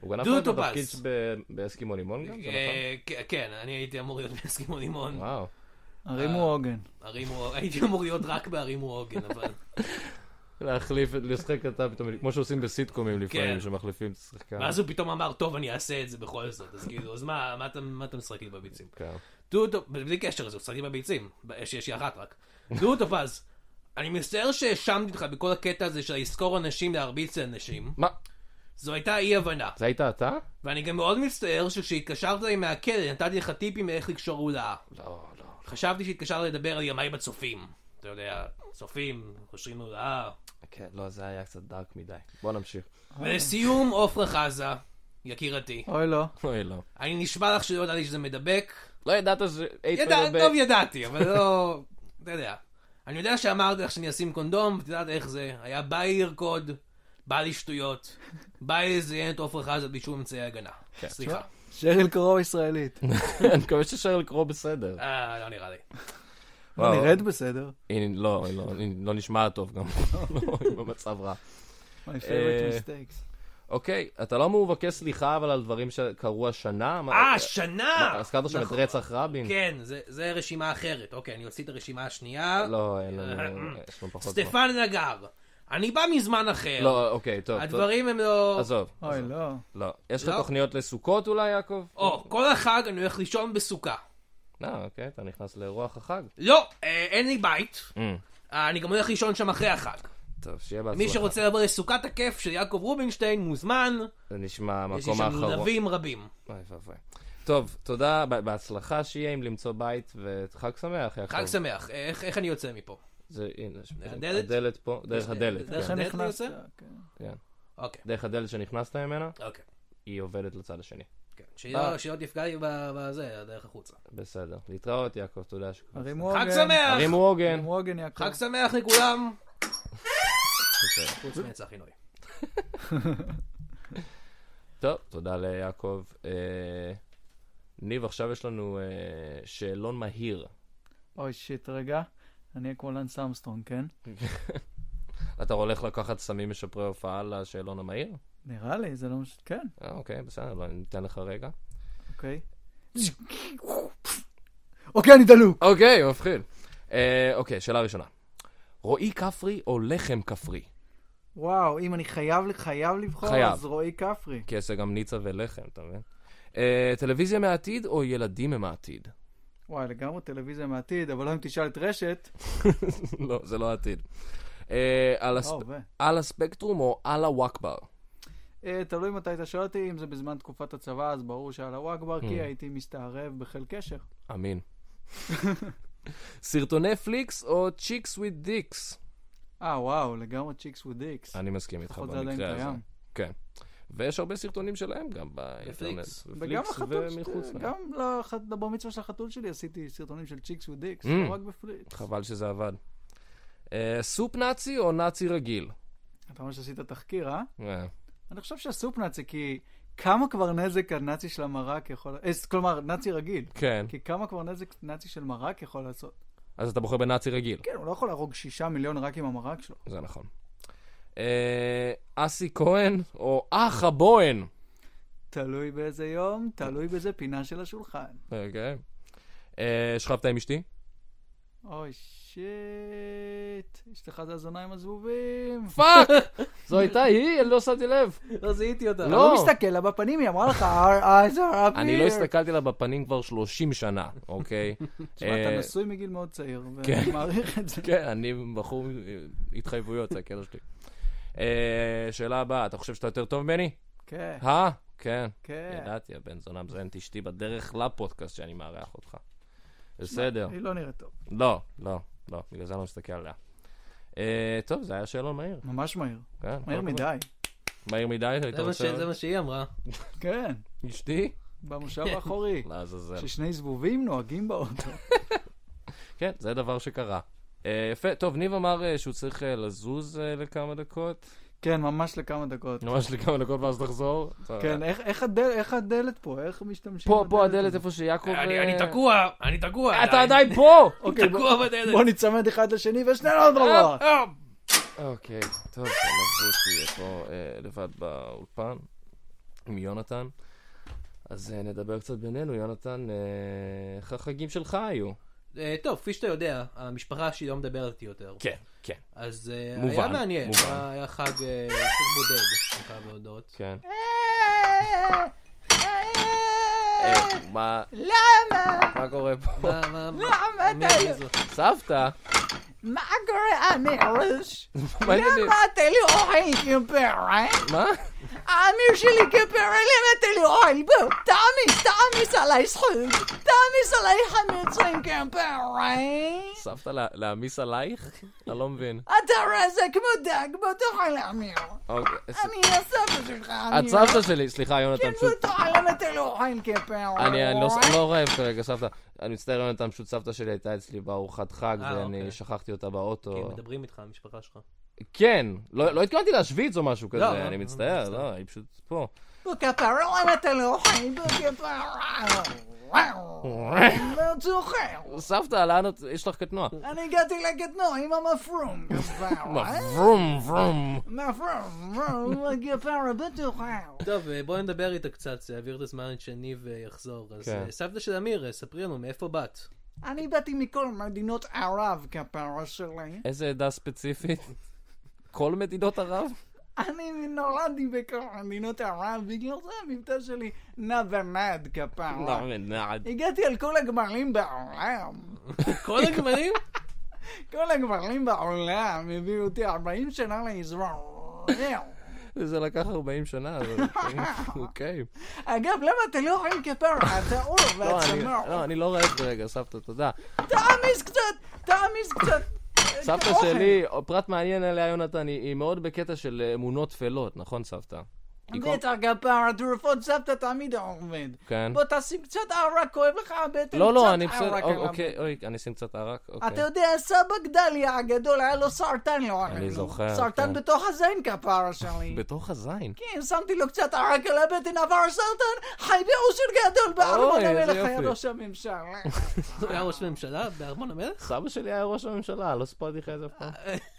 Speaker 2: הוא גנב
Speaker 3: דודו
Speaker 2: לך את
Speaker 3: טופז.
Speaker 2: התפקיד ב- באסקימו לימון גם? זה נכון?
Speaker 3: כן, אני הייתי אמור להיות בהסכימו לימון.
Speaker 2: וואו.
Speaker 4: הרימו עוגן.
Speaker 3: הרימו- הייתי אמור להיות רק בהרימו עוגן, אבל...
Speaker 2: להחליף, לשחק אתה פתאום, כמו שעושים בסיטקומים לפעמים,
Speaker 3: כן.
Speaker 2: שמחליפים את השחקן.
Speaker 3: ואז הוא פתאום אמר, טוב, אני אעשה את זה בכל זאת. אז כאילו, אז מה, מה אתה- מה אתה משחק לי בביצים?
Speaker 2: כן.
Speaker 3: דודו, בלי קשר לזה, הוא שחק לי בביצים, שיש לי אחת רק. דודו טופז, אני מצטער שהאשמתי אותך בכל הקטע הזה של לזכור אנשים להרביץ לאנשים.
Speaker 2: מה?
Speaker 3: זו הייתה אי הבנה.
Speaker 2: זה היית אתה?
Speaker 3: ואני גם מאוד מצטער שכשהתקשרת אליי מהכלא נתתי לך טיפים איך לקשור הודעה.
Speaker 2: לא, לא.
Speaker 3: חשבתי שהתקשרת לדבר על ימיי בצופים. אתה יודע, צופים, קושרים הודעה.
Speaker 2: כן, לא, זה היה קצת דארק מדי. בוא נמשיך.
Speaker 3: ולסיום, עפרה חזה, יקירתי.
Speaker 4: אוי לא.
Speaker 2: אוי, לא.
Speaker 3: אני נשבע לך שלא ידעתי שזה מדבק,
Speaker 2: לא ידעת ש...
Speaker 3: ידע, טוב ידעתי, אבל לא... אתה יודע. אני יודע שאמרת לך שאני אשים קונדום, ואת יודעת איך זה. היה בא לי לרקוד, בא לי שטויות, בא לי לזיין את עפרה חזה בלי שום אמצעי הגנה.
Speaker 2: כן.
Speaker 3: סליחה.
Speaker 4: שריל קרו ישראלית.
Speaker 2: אני מקווה ששאר לקרוא בסדר.
Speaker 3: אה, לא נראה לי.
Speaker 2: וואו.
Speaker 4: נראית בסדר.
Speaker 2: הנה, לא, לא, הנה, לא נשמע טוב גם. לא, היא במצב רע.
Speaker 4: My
Speaker 2: אה,
Speaker 4: favorite mistakes.
Speaker 2: אוקיי, אתה לא מבקש סליחה אבל על דברים שקרו השנה? מה-
Speaker 3: אה, שנה!
Speaker 2: מה, הזכרת שם את
Speaker 3: נכון.
Speaker 2: רצח רבין?
Speaker 3: כן, זה- זה רשימה אחרת. אוקיי, אני אוציא את הרשימה השנייה.
Speaker 2: לא, אין לנו, יש לנו פחות... זמן.
Speaker 3: אה, סטפן נגר, אני בא מזמן אחר.
Speaker 2: לא, אוקיי, טוב.
Speaker 3: הדברים הם לא...
Speaker 2: טוב, עזוב.
Speaker 4: אוי לא.
Speaker 2: לא. יש לך
Speaker 3: לא.
Speaker 2: תוכניות לסוכות אולי, יעקב?
Speaker 3: או, כל החג אני הולך לישון בסוכה.
Speaker 2: לא, אוקיי, אתה נכנס לרוח החג.
Speaker 3: לא, אה, אין לי בית.
Speaker 2: Mm.
Speaker 3: אה, אני גם הולך לישון שם אחרי החג.
Speaker 2: טוב, שיהיה בהצלחה.
Speaker 3: מי שרוצה לבוא לסוכת הכיף של יעקב רובינשטיין מוזמן,
Speaker 2: זה נשמע
Speaker 3: יש לי
Speaker 2: המקום
Speaker 3: שם
Speaker 2: האחרון.
Speaker 3: לולבים רבים.
Speaker 2: אוי ואבוי. טוב, תודה, ב- בהצלחה שיהיה עם למצוא בית, וחג שמח, יעקב.
Speaker 3: חג שמח, איך איך אני יוצא מפה?
Speaker 2: זה, הנה, יש-
Speaker 3: הדלת?
Speaker 2: הדלת פה, דרך הדלת,
Speaker 3: דרך
Speaker 2: כן,
Speaker 3: הדלת אני
Speaker 4: שנכנסת,
Speaker 3: יוצא?
Speaker 4: כן.
Speaker 2: כן.
Speaker 3: אוקיי,
Speaker 2: דרך הדלת שנכנסת ממנה,
Speaker 3: אוקיי.
Speaker 2: היא עובדת לצד השני.
Speaker 3: כן. שלא
Speaker 2: אה.
Speaker 3: שלא תפגע לי ב- בזה, הדרך החוצה.
Speaker 2: בסדר. להתראות, יעקב, תודה ש...
Speaker 4: הרימו עוגן.
Speaker 3: חג שמח!
Speaker 2: הרימו עוגן.
Speaker 4: הרימו עוגן יעקב.
Speaker 3: חג שמח לכולם!
Speaker 2: בסדר.
Speaker 3: חוץ מצחי נוי.
Speaker 2: טוב, תודה ליעקב. אה, ניב, עכשיו יש לנו אה, שאלון מהיר.
Speaker 4: אוי שיט, רגע. אני אהיה כמו לנס אמסטרונג, כן?
Speaker 2: אתה הולך לקחת סמים משפרי הופעה לשאלון המהיר?
Speaker 4: נראה לי, זה לא מש... כן,
Speaker 2: אה, אוקיי, בסדר, אבל אני אתן לך רגע.
Speaker 4: אוקיי. אוקיי, אני דלוק.
Speaker 2: אוקיי, מבחין. אה, אוקיי, שאלה ראשונה. רועי כפרי או לחם כפרי?
Speaker 4: וואו, אם אני חייב, חייב לבחור,
Speaker 2: חייב.
Speaker 4: אז רועי כפרי.
Speaker 2: כי יש גם ניצה ולחם, אתה מבין? אה, טלוויזיה מהעתיד או ילדים הם העתיד?
Speaker 4: וואי, לגמרי טלוויזיה מהעתיד, אבל לא אם תשאל את רשת,
Speaker 2: לא, זה לא העתיד. אה, על
Speaker 4: או,
Speaker 2: הספ-
Speaker 4: ו...
Speaker 2: על הספקטרום או על הוואקבר?
Speaker 4: אה, תלוי מתי אתה שואל אותי, אם זה בזמן תקופת הצבא, אז ברור שאללה אכבר, כי הייתי מסתערב בחיל קשר.
Speaker 2: אמין. סרטוני פליקס או צ'יקס וויד דיקס?
Speaker 4: אה, וואו, לגמרי צ'יקס וד דיקס.
Speaker 2: אני מסכים איתך
Speaker 4: לפחות זה עדיין
Speaker 2: במקרה הזה.
Speaker 4: קיים.
Speaker 2: כן. ויש הרבה סרטונים שלהם גם באינטרנט.
Speaker 3: בפליקס.
Speaker 4: וגם
Speaker 2: בפליקס
Speaker 4: החתול,
Speaker 2: ומחוץ
Speaker 4: שלי-
Speaker 2: להם.
Speaker 4: גם לח- לבר מצווה של החתול שלי עשיתי סרטונים של צ'יקס ודיקס,
Speaker 2: Mm.
Speaker 4: לא רק בפליקס.
Speaker 2: חבל שזה עבד. אה, סופ נאצי או נאצי רגיל?
Speaker 4: אתה אומר שעשית תחקיר, אה?
Speaker 2: אה,
Speaker 4: אני חושב שהסופ נאצי, כי כמה כבר נזק הנאצי של המרק יכול... אה, כלומר, נאצי רגיל.
Speaker 2: כן.
Speaker 4: כי כמה כבר נזק נאצי של מרק יכול לעשות?
Speaker 2: אז אתה בוחר בנאצי רגיל.
Speaker 4: כן, הוא לא יכול להרוג שישה מיליון רק עם המרק שלו.
Speaker 2: זה נכון. אה, אסי כהן או אח הבוהן?
Speaker 4: תלוי באיזה יום, תלוי באיזה פינה של השולחן.
Speaker 2: אוקיי. אה, שכבת עם אשתי?
Speaker 4: אוי, שיט, אשתך זה הזונה עם הזבובים.
Speaker 2: פאק! זו הייתה היא, אני לא שמתי לב.
Speaker 3: לא זיהיתי אותה.
Speaker 2: לא.
Speaker 4: לא מסתכל לה בפנים, היא אמרה לך, our eyes are up here.
Speaker 2: אני לא הסתכלתי לה בפנים כבר 30 שנה, אוקיי?
Speaker 4: תשמע,
Speaker 2: אה,
Speaker 4: אתה נשוי מגיל מאוד צעיר,
Speaker 2: כן.
Speaker 4: ואני מעריך את זה.
Speaker 2: כן, אני בחור עם התחייבויות, זה הקטע שלי. אה, שאלה הבאה, אתה חושב שאתה יותר טוב ממני?
Speaker 4: כן,
Speaker 2: אה? כן.
Speaker 4: כן.
Speaker 2: ידעתי, הבן זונה מזיין את אשתי בדרך לפודקאסט שאני מארח אותך. בסדר.
Speaker 4: היא לא נראית טוב.
Speaker 2: לא, לא, לא, בגלל זה אני לא מסתכל עליה. אה, טוב, זה היה שאלון מהיר.
Speaker 4: ממש מהיר.
Speaker 2: כן,
Speaker 4: מהיר
Speaker 2: כל הכבוד.
Speaker 4: מדי.
Speaker 2: מהיר מדי, היית
Speaker 3: זה מה ש-
Speaker 2: רוצה...
Speaker 3: זה מה שהיא אמרה.
Speaker 4: כן,
Speaker 2: אשתי?
Speaker 4: במושב האחורי.
Speaker 2: לעזאזל.
Speaker 4: ששני זבובים נוהגים באוטו.
Speaker 2: כן, זה דבר שקרה. אה, יפה, טוב, ניב אמר אה, שהוא צריך אה, לזוז אה, לכמה דקות.
Speaker 4: כן, ממש לכמה דקות.
Speaker 2: ממש לכמה דקות ואז לחזור. טוב,
Speaker 4: כן, איך- איך הדל- איך הדלת פה? איך משתמשים
Speaker 2: פה, פה
Speaker 4: הזאת?
Speaker 2: הדלת איפה שיעקב...
Speaker 3: אני
Speaker 2: אה,
Speaker 3: אני תקוע, אני תקוע.
Speaker 2: אתה עדיין פה!
Speaker 4: אוקיי, בוא-
Speaker 3: תקוע בדלת.
Speaker 4: בוא ניצמד אחד לשני ושנינו עוד רבוע.
Speaker 2: אה, אה. אוקיי, טוב, שלום אותי פה אה, לבד באולפן עם יונתן. אז אה, נדבר קצת בינינו, יונתן, אה, איך החגים שלך היו?
Speaker 3: אה, טוב, כפי שאתה יודע, המשפחה שלי לא מדברת איתי יותר.
Speaker 2: כן, כן.
Speaker 3: אז אה,
Speaker 2: מובן,
Speaker 3: היה מעניין.
Speaker 2: מובן.
Speaker 3: היה- היה חג אה, חג בודד, אני חייב להודות.
Speaker 2: כן. אה, מה? למה? מה קורה פה?
Speaker 3: מה, מה, לא, מה? למה אתה...
Speaker 2: סבתא?
Speaker 5: מה קורה, אמירוש?
Speaker 2: מה העניינים?
Speaker 5: למה אתה לי אוכל כפרה?
Speaker 2: מה?
Speaker 5: האמיר שלי כפרה, למה אתה לי אוכל? בוא, תעמיס, תעמיס עליי זכות. תעמיס עליי חמיצים כפרה.
Speaker 2: סבתא לה- להעמיס עלייך? אני לא מבין.
Speaker 5: אתה רזה כמו דג, בוא תאכל אמיר.
Speaker 2: אוקיי, ס-
Speaker 5: אני הסבתא שלך, אמיר.
Speaker 2: את סבתא שלי, סליחה יונתן,
Speaker 5: כן, בוא
Speaker 2: פשוט...
Speaker 5: תאכל, למה אתה לא אוכל כפרה?
Speaker 2: אני אני לא אני לא רעב כרגע, סבתא. אני מצטער יונתן, פשוט סבתא שלי הייתה אצלי בארוחת חג,
Speaker 3: אה,
Speaker 2: ואני
Speaker 3: אוקיי.
Speaker 2: שכחתי אותה
Speaker 3: כי
Speaker 2: באוטו.
Speaker 3: מדברים איתך, המשפחה שלך.
Speaker 2: כן, לא לא התכוונתי להשוויץ או משהו
Speaker 3: לא,
Speaker 2: כזה,
Speaker 3: לא,
Speaker 2: אני
Speaker 3: לא,
Speaker 2: מצטער,
Speaker 3: מצטער.
Speaker 2: לא, היא פשוט פה.
Speaker 5: בוא כפרה, למה אתה לא אוכל? בוא כפרה. בוא תאכל.
Speaker 2: סבתא, לאן את... יש לך קטנוע.
Speaker 3: אה?
Speaker 5: אני הגעתי לקטנוע עם המפרום. כפרה.
Speaker 2: ורום, ורום.
Speaker 5: מפרום, מפרום, הגפרה בטוחה.
Speaker 3: טוב, אה, בוא נדבר איתה קצת, זה יעביר את הזמן עד שניב אה, יחזור. אז
Speaker 2: כן.
Speaker 3: אה, סבתא של אמיר, אה, ספרי לנו מאיפה באת.
Speaker 5: אני באתי מכל מדינות ערב, כפרה שלי.
Speaker 2: איזה עדה ספציפית? כל מדינות ערב?
Speaker 5: אני נולדתי בכל מדינות ערב, בגלל זה המבטא שלי נע ונד,
Speaker 3: אה.
Speaker 5: כפרה.
Speaker 2: לא, אה,
Speaker 5: הגעתי על כל הגמלים בעולם.
Speaker 3: כל הגמלים?
Speaker 5: כל הגמלים בעולם הביאו אותי 40 שנה לישראל.
Speaker 2: זה לקח 40 שנה, אבל אוקיי.
Speaker 5: אגב, למה אתה לא אוכל כפרה? אתה אור
Speaker 2: לא, אני-
Speaker 5: והצמר.
Speaker 2: לא, אני לא רעב כרגע, סבתא, תודה.
Speaker 5: תעמיס קצת, תעמיס קצת.
Speaker 2: סבתא
Speaker 5: אוכל.
Speaker 2: שלי, פרט מעניין עליה, יונתן, היא היא מאוד בקטע של אה, אמונות טפלות, נכון, סבתא? היא כל-
Speaker 5: בטח כפרה, תרופות סבתא תמיד עובד.
Speaker 2: כן.
Speaker 5: בוא תשים קצת ערק, כואב לך הבטן,
Speaker 2: לא,
Speaker 5: קצת
Speaker 2: לא, אני בסדר,
Speaker 5: ערק
Speaker 2: אוי,
Speaker 5: על הבטן.
Speaker 2: אוקיי, אוי, אני אשים קצת ערק,
Speaker 5: אתה
Speaker 2: אוקיי.
Speaker 5: יודע, סבא גדליה הגדול, היה לו סרטן, לא ערק
Speaker 2: אני
Speaker 5: לו.
Speaker 2: זוכר, כן.
Speaker 5: סרטן בתוך הזין כפרה שלי.
Speaker 2: בתוך הזין.
Speaker 5: כן, שמתי לו קצת ערק על הבטן, עבר סרטן, חי באושר גדול, בארמון
Speaker 2: אוי, איזה
Speaker 5: המלך
Speaker 2: יופי.
Speaker 5: היה ראש הממשלה.
Speaker 3: הוא היה ראש ממשלה בארמון המלך?
Speaker 2: סבא שלי היה ראש הממשלה, לא סיפרתי לך את זה אף פעם.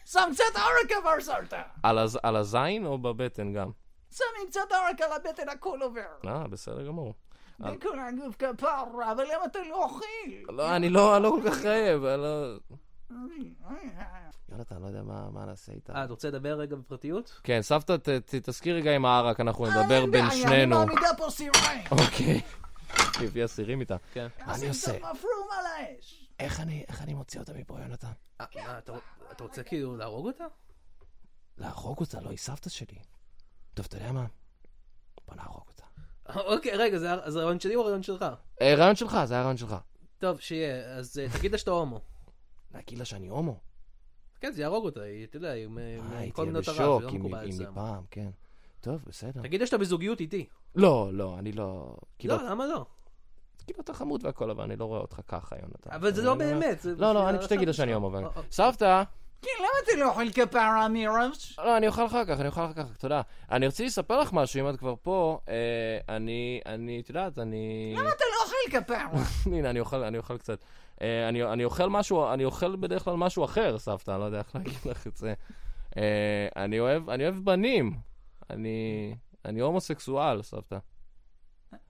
Speaker 5: שם קצת ערק, עבר סרטן.
Speaker 2: על הז- על הזין או בבטן גם?
Speaker 5: שמים קצת ערק על הבטן, הכל עובר.
Speaker 2: אה, בסדר גמור. אה.
Speaker 5: בכל הגוף כפרה, אבל למה אתה לא אוכל?
Speaker 2: לא, אני לא אני לא כל כך רעב, אני לא... יונתן, לא יודע מה מה נעשה
Speaker 3: אה,
Speaker 2: איתה.
Speaker 3: אתה רוצה לדבר רגע בפרטיות?
Speaker 2: כן, סבתא, ת- ת- תזכיר רגע עם הערק, אנחנו נדבר
Speaker 5: אין
Speaker 2: בין
Speaker 5: בעיה,
Speaker 2: שנינו.
Speaker 5: אה, אני מעמידה פה סיריים.
Speaker 2: אוקיי. הביא אסירים איתה.
Speaker 3: כן.
Speaker 2: מה אני עושה?
Speaker 5: קצת מפרום על האש.
Speaker 2: איך אני, איך אני מוציא אותה מפה, יונתן?
Speaker 3: אה, מה, אתה רוצ- אתה רוצה כאילו להרוג אותה?
Speaker 2: להרוג אותה, לא, היא סבתא שלי. טוב, אתה יודע מה? בוא נהרוג אותה.
Speaker 3: אוקיי, רגע, זה הר- אז הרעיון שלי או הרעיון שלך?
Speaker 2: אה, רעיון שלך, זה היה רעיון שלך.
Speaker 3: טוב, שיהיה, אז אה, תגיד לה שאתה הומו.
Speaker 2: להגיד לה שאני הומו.
Speaker 3: כן, זה יהרוג אותה, היא, אתה יודע, היא מ-
Speaker 2: אה, היא
Speaker 3: מכל
Speaker 2: תהיה
Speaker 3: מדינות
Speaker 2: בשוק
Speaker 3: ערב, זה לא
Speaker 2: אם
Speaker 3: מקובל
Speaker 2: היא- אם היא
Speaker 3: אצלם.
Speaker 2: פעם, כן. טוב, בסדר.
Speaker 3: תגיד שאתה בזוגיות איתי.
Speaker 2: לא, לא, אני לא... כאילו,
Speaker 3: לא, למה לא?
Speaker 2: כאילו אתה חמוד והכל, אבל אני לא רואה אותך ככה, יונתן.
Speaker 3: אבל זה
Speaker 2: אני
Speaker 3: לא
Speaker 2: אומר-
Speaker 3: באמת. זה אוקיי.
Speaker 2: לא, לא,
Speaker 3: בשביל
Speaker 2: אני פשוט
Speaker 3: הערכה
Speaker 2: אגיד לה שאני
Speaker 3: שלך. אה,
Speaker 2: הומו. ואני-
Speaker 3: או- או-
Speaker 2: סבתא,
Speaker 5: כן, למה אתה לא אוכל כפרה מראש?
Speaker 2: לא, אני אוכל אחר כך, אני אוכל אחר כך, תודה. אני רוצה לספר לך משהו, אם את כבר פה, אה, אני, אני, את יודעת, אני...
Speaker 5: אתה לא אוכל כפרה.
Speaker 2: הנה, אני אוכל, אני אוכל קצת. אה, אני, אני אוכל משהו, אני אוכל בדרך כלל משהו אחר, סבתא, אני לא יודע איך להגיד לך את זה. אה, אני אוהב, אני אוהב בנים. אני, אני הומוסקסואל, סבתא.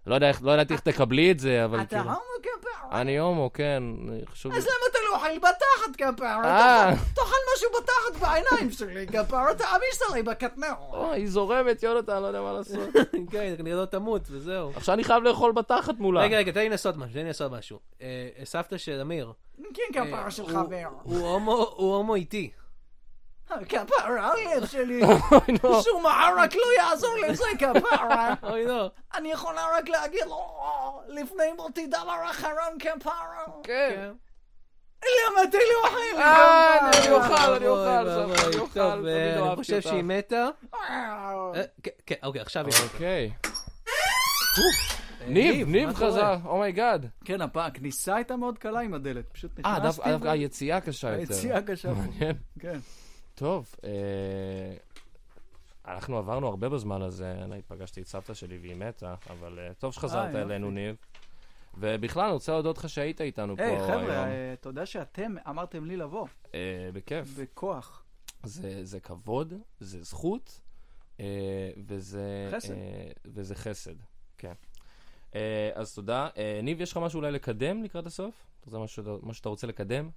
Speaker 2: לא יודע איך, לא ידעתי איך תקבלי את זה, אבל
Speaker 5: אתה
Speaker 2: כאילו...
Speaker 5: הומו כפרה.
Speaker 2: אני הומו, כן, חשוב... לי-
Speaker 5: אז למה אתה לא אוכל בתחת כפרה?
Speaker 2: אה.
Speaker 5: תאכל- תאכל משהו בתחת בעיניים שלי כפרה, תעמיס עלי בקטנר.
Speaker 2: אוי, היא זורמת, יונתן, לא יודע מה לעשות.
Speaker 3: כן, כנראה לא תמות וזהו.
Speaker 2: עכשיו אני חייב לאכול בתחת מולה.
Speaker 3: רגע, רגע, תן לי לנסות משהו, תן לי לנסות משהו. אה, סבתא של אמיר,
Speaker 5: כן, כפרה
Speaker 3: אה,
Speaker 5: של
Speaker 3: הוא-
Speaker 5: חבר.
Speaker 3: הוא הומו- הוא הומו איתי.
Speaker 5: כפרה, הלב שלי.
Speaker 2: אוי, נו.
Speaker 5: שום ערק לא יעזור לזה כפרה.
Speaker 3: אוי, לא.
Speaker 5: אני יכולה רק להגיד לו, לפני מותי דבר אחרון כפרה.
Speaker 2: כן.
Speaker 5: למה אתה לא אוכל
Speaker 2: אה,
Speaker 5: כפרה?
Speaker 2: אני אוכל, אני
Speaker 3: אוי,
Speaker 2: אוכל,
Speaker 3: אוי,
Speaker 2: סבתא, אני
Speaker 3: אוי,
Speaker 2: אוכל,
Speaker 3: טוב,
Speaker 2: תמיד אוקיי.
Speaker 3: אה, אני
Speaker 2: אהבתי
Speaker 3: חושב
Speaker 2: אותך.
Speaker 3: שהיא מתה.
Speaker 5: אה,
Speaker 3: אה, כן, כן, אוקיי, עכשיו היא מתה.
Speaker 2: אוקיי.
Speaker 4: אה,
Speaker 2: ניב, ניב
Speaker 3: מה קורה?
Speaker 2: חזר, Oh אומייגאד.
Speaker 4: כן, הפעם, הכניסה הייתה מאוד קלה עם הדלת, פשוט
Speaker 2: אה,
Speaker 4: נכנסתי.
Speaker 2: דווקא דווקא היציאה קשה יותר.
Speaker 4: היציאה קשה.
Speaker 2: מעניין.
Speaker 4: כן.
Speaker 2: טוב, אה, אנחנו עברנו הרבה בזמן הזה, אני פגשתי את סבתא שלי והיא מתה, אבל אה, טוב שחזרת
Speaker 4: יופי.
Speaker 2: אלינו, ניב. ובכלל, אני רוצה להודות לך שהיית איתנו פה
Speaker 4: היי,
Speaker 2: היום.
Speaker 4: חבר'ה, אה, תודה שאתם אמרתם לי לבוא,
Speaker 2: אה, בכיף.
Speaker 4: בכוח.
Speaker 2: זה, זה כבוד, זה זכות, אה, וזה...
Speaker 4: חסד.
Speaker 2: אה, וזה חסד, כן. אה, אז תודה. אה, ניב, יש לך משהו אולי לקדם לקראת הסוף? זה משהו, מה שאתה רוצה לקדם?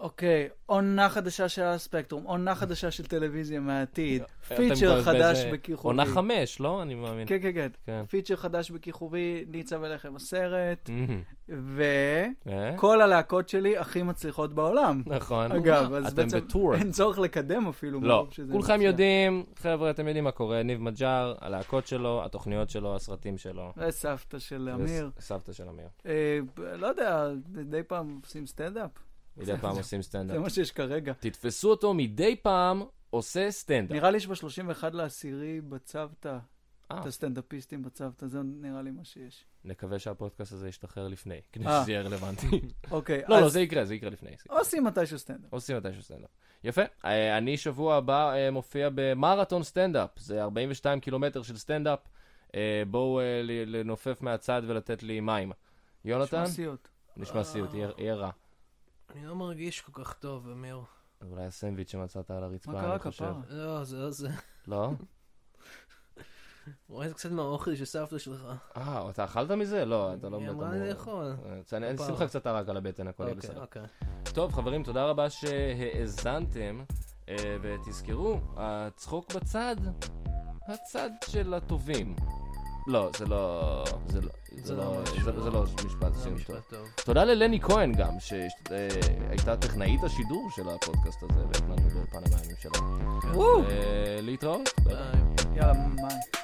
Speaker 4: אוקיי, עונה חדשה של הספקטרום, עונה חדשה של טלוויזיה מהעתיד,
Speaker 2: אתם
Speaker 4: פיצ'ר
Speaker 2: כבר
Speaker 4: חדש
Speaker 2: באיזה-
Speaker 4: בכיכובי.
Speaker 2: עונה חמש, לא? אני מאמין.
Speaker 4: כן, כן, כן.
Speaker 2: כן.
Speaker 4: פיצ'ר חדש בכיכובי, ניצה ולחם הסרט,
Speaker 2: אמ,
Speaker 4: וכל
Speaker 2: אה?
Speaker 4: הלהקות שלי הכי מצליחות בעולם.
Speaker 2: נכון.
Speaker 4: אגב, אז
Speaker 2: אתם
Speaker 4: בעצם
Speaker 2: בטור.
Speaker 4: אין צורך לקדם אפילו.
Speaker 2: לא,
Speaker 4: מרוב שזה
Speaker 2: כולכם
Speaker 4: מצליח.
Speaker 2: יודעים, חבר'ה, אתם יודעים מה קורה, ניב מג'אר, הלהקות שלו, התוכניות שלו, הסרטים שלו.
Speaker 4: וסבתא של אמיר.
Speaker 2: וס- סבתא של אמיר.
Speaker 4: אה, ב- לא יודע, מדי פעם עושים סטנדאפ?
Speaker 2: מדי פעם עושים
Speaker 4: זה
Speaker 2: סטנדאפ.
Speaker 4: מה שיש כרגע.
Speaker 2: תתפסו אותו מדי פעם עושה סטנדאפ.
Speaker 4: נראה לי שב-31 לעשירי בצוותא,
Speaker 2: אה,
Speaker 4: את הסטנדאפיסטים בצוותא, זה נראה לי מה שיש.
Speaker 2: נקווה שהפודקאסט הזה ישתחרר לפני, כדי
Speaker 4: אה.
Speaker 2: שזה יהיה רלוונטי.
Speaker 4: אוקיי,
Speaker 2: לא, לא,
Speaker 4: אז
Speaker 2: זה יקרה, זה יקרה לפני. זה יקרה.
Speaker 4: עושים מתישהו סטנדאפ.
Speaker 2: עושים מתישהו סטנדאפ. יפה. אה, אני שבוע הבא אה, מופיע במרתון סטנדאפ. זה 42 קילומטר של סטנדאפ. אה, בואו אה, ל- לנופף מהצד ולתת לי מים. יונתן?
Speaker 4: נשמע סיוט.
Speaker 3: אה.
Speaker 2: נשמע סיוט, יהיה- יהיה רע.
Speaker 3: אני לא מרגיש כל כך טוב, אמיר.
Speaker 2: אולי הסנדוויץ' שמצאת על הרצפה,
Speaker 4: מה קרה,
Speaker 2: אני חושב.
Speaker 4: כפרה?
Speaker 3: לא, זה לא זה.
Speaker 2: לא?
Speaker 3: רואה קצת מהאוכל של סבתא שלך.
Speaker 2: אה, אתה אכלת מזה? לא, אתה לא...
Speaker 3: היא
Speaker 2: באמת
Speaker 3: אמרה
Speaker 2: אמור-
Speaker 3: לי לאכול.
Speaker 2: אה, צא, אני אני אשים לך
Speaker 3: כפרה.
Speaker 2: קצת ערק על הבטן, הכל יהיה
Speaker 3: אוקיי,
Speaker 2: בסדר.
Speaker 3: אוקיי.
Speaker 2: טוב, חברים, תודה רבה שהאזנתם, אה, ותזכרו, הצחוק בצד, הצד של הטובים. לא, זה לא... זה לא... זה
Speaker 3: זה לא
Speaker 2: לא...
Speaker 3: משהו.
Speaker 2: זה- זה לא משפט
Speaker 3: זה
Speaker 2: סיום טוב.
Speaker 3: משפט טוב.
Speaker 2: תודה ללני כהן גם, שהייתה טכנאית השידור של הפודקאסט הזה, והקלטנו באולפן המאיימים שלה.
Speaker 3: וואו.
Speaker 2: אה, להתראות. ביי.
Speaker 3: ביי.
Speaker 4: יאללה, מים.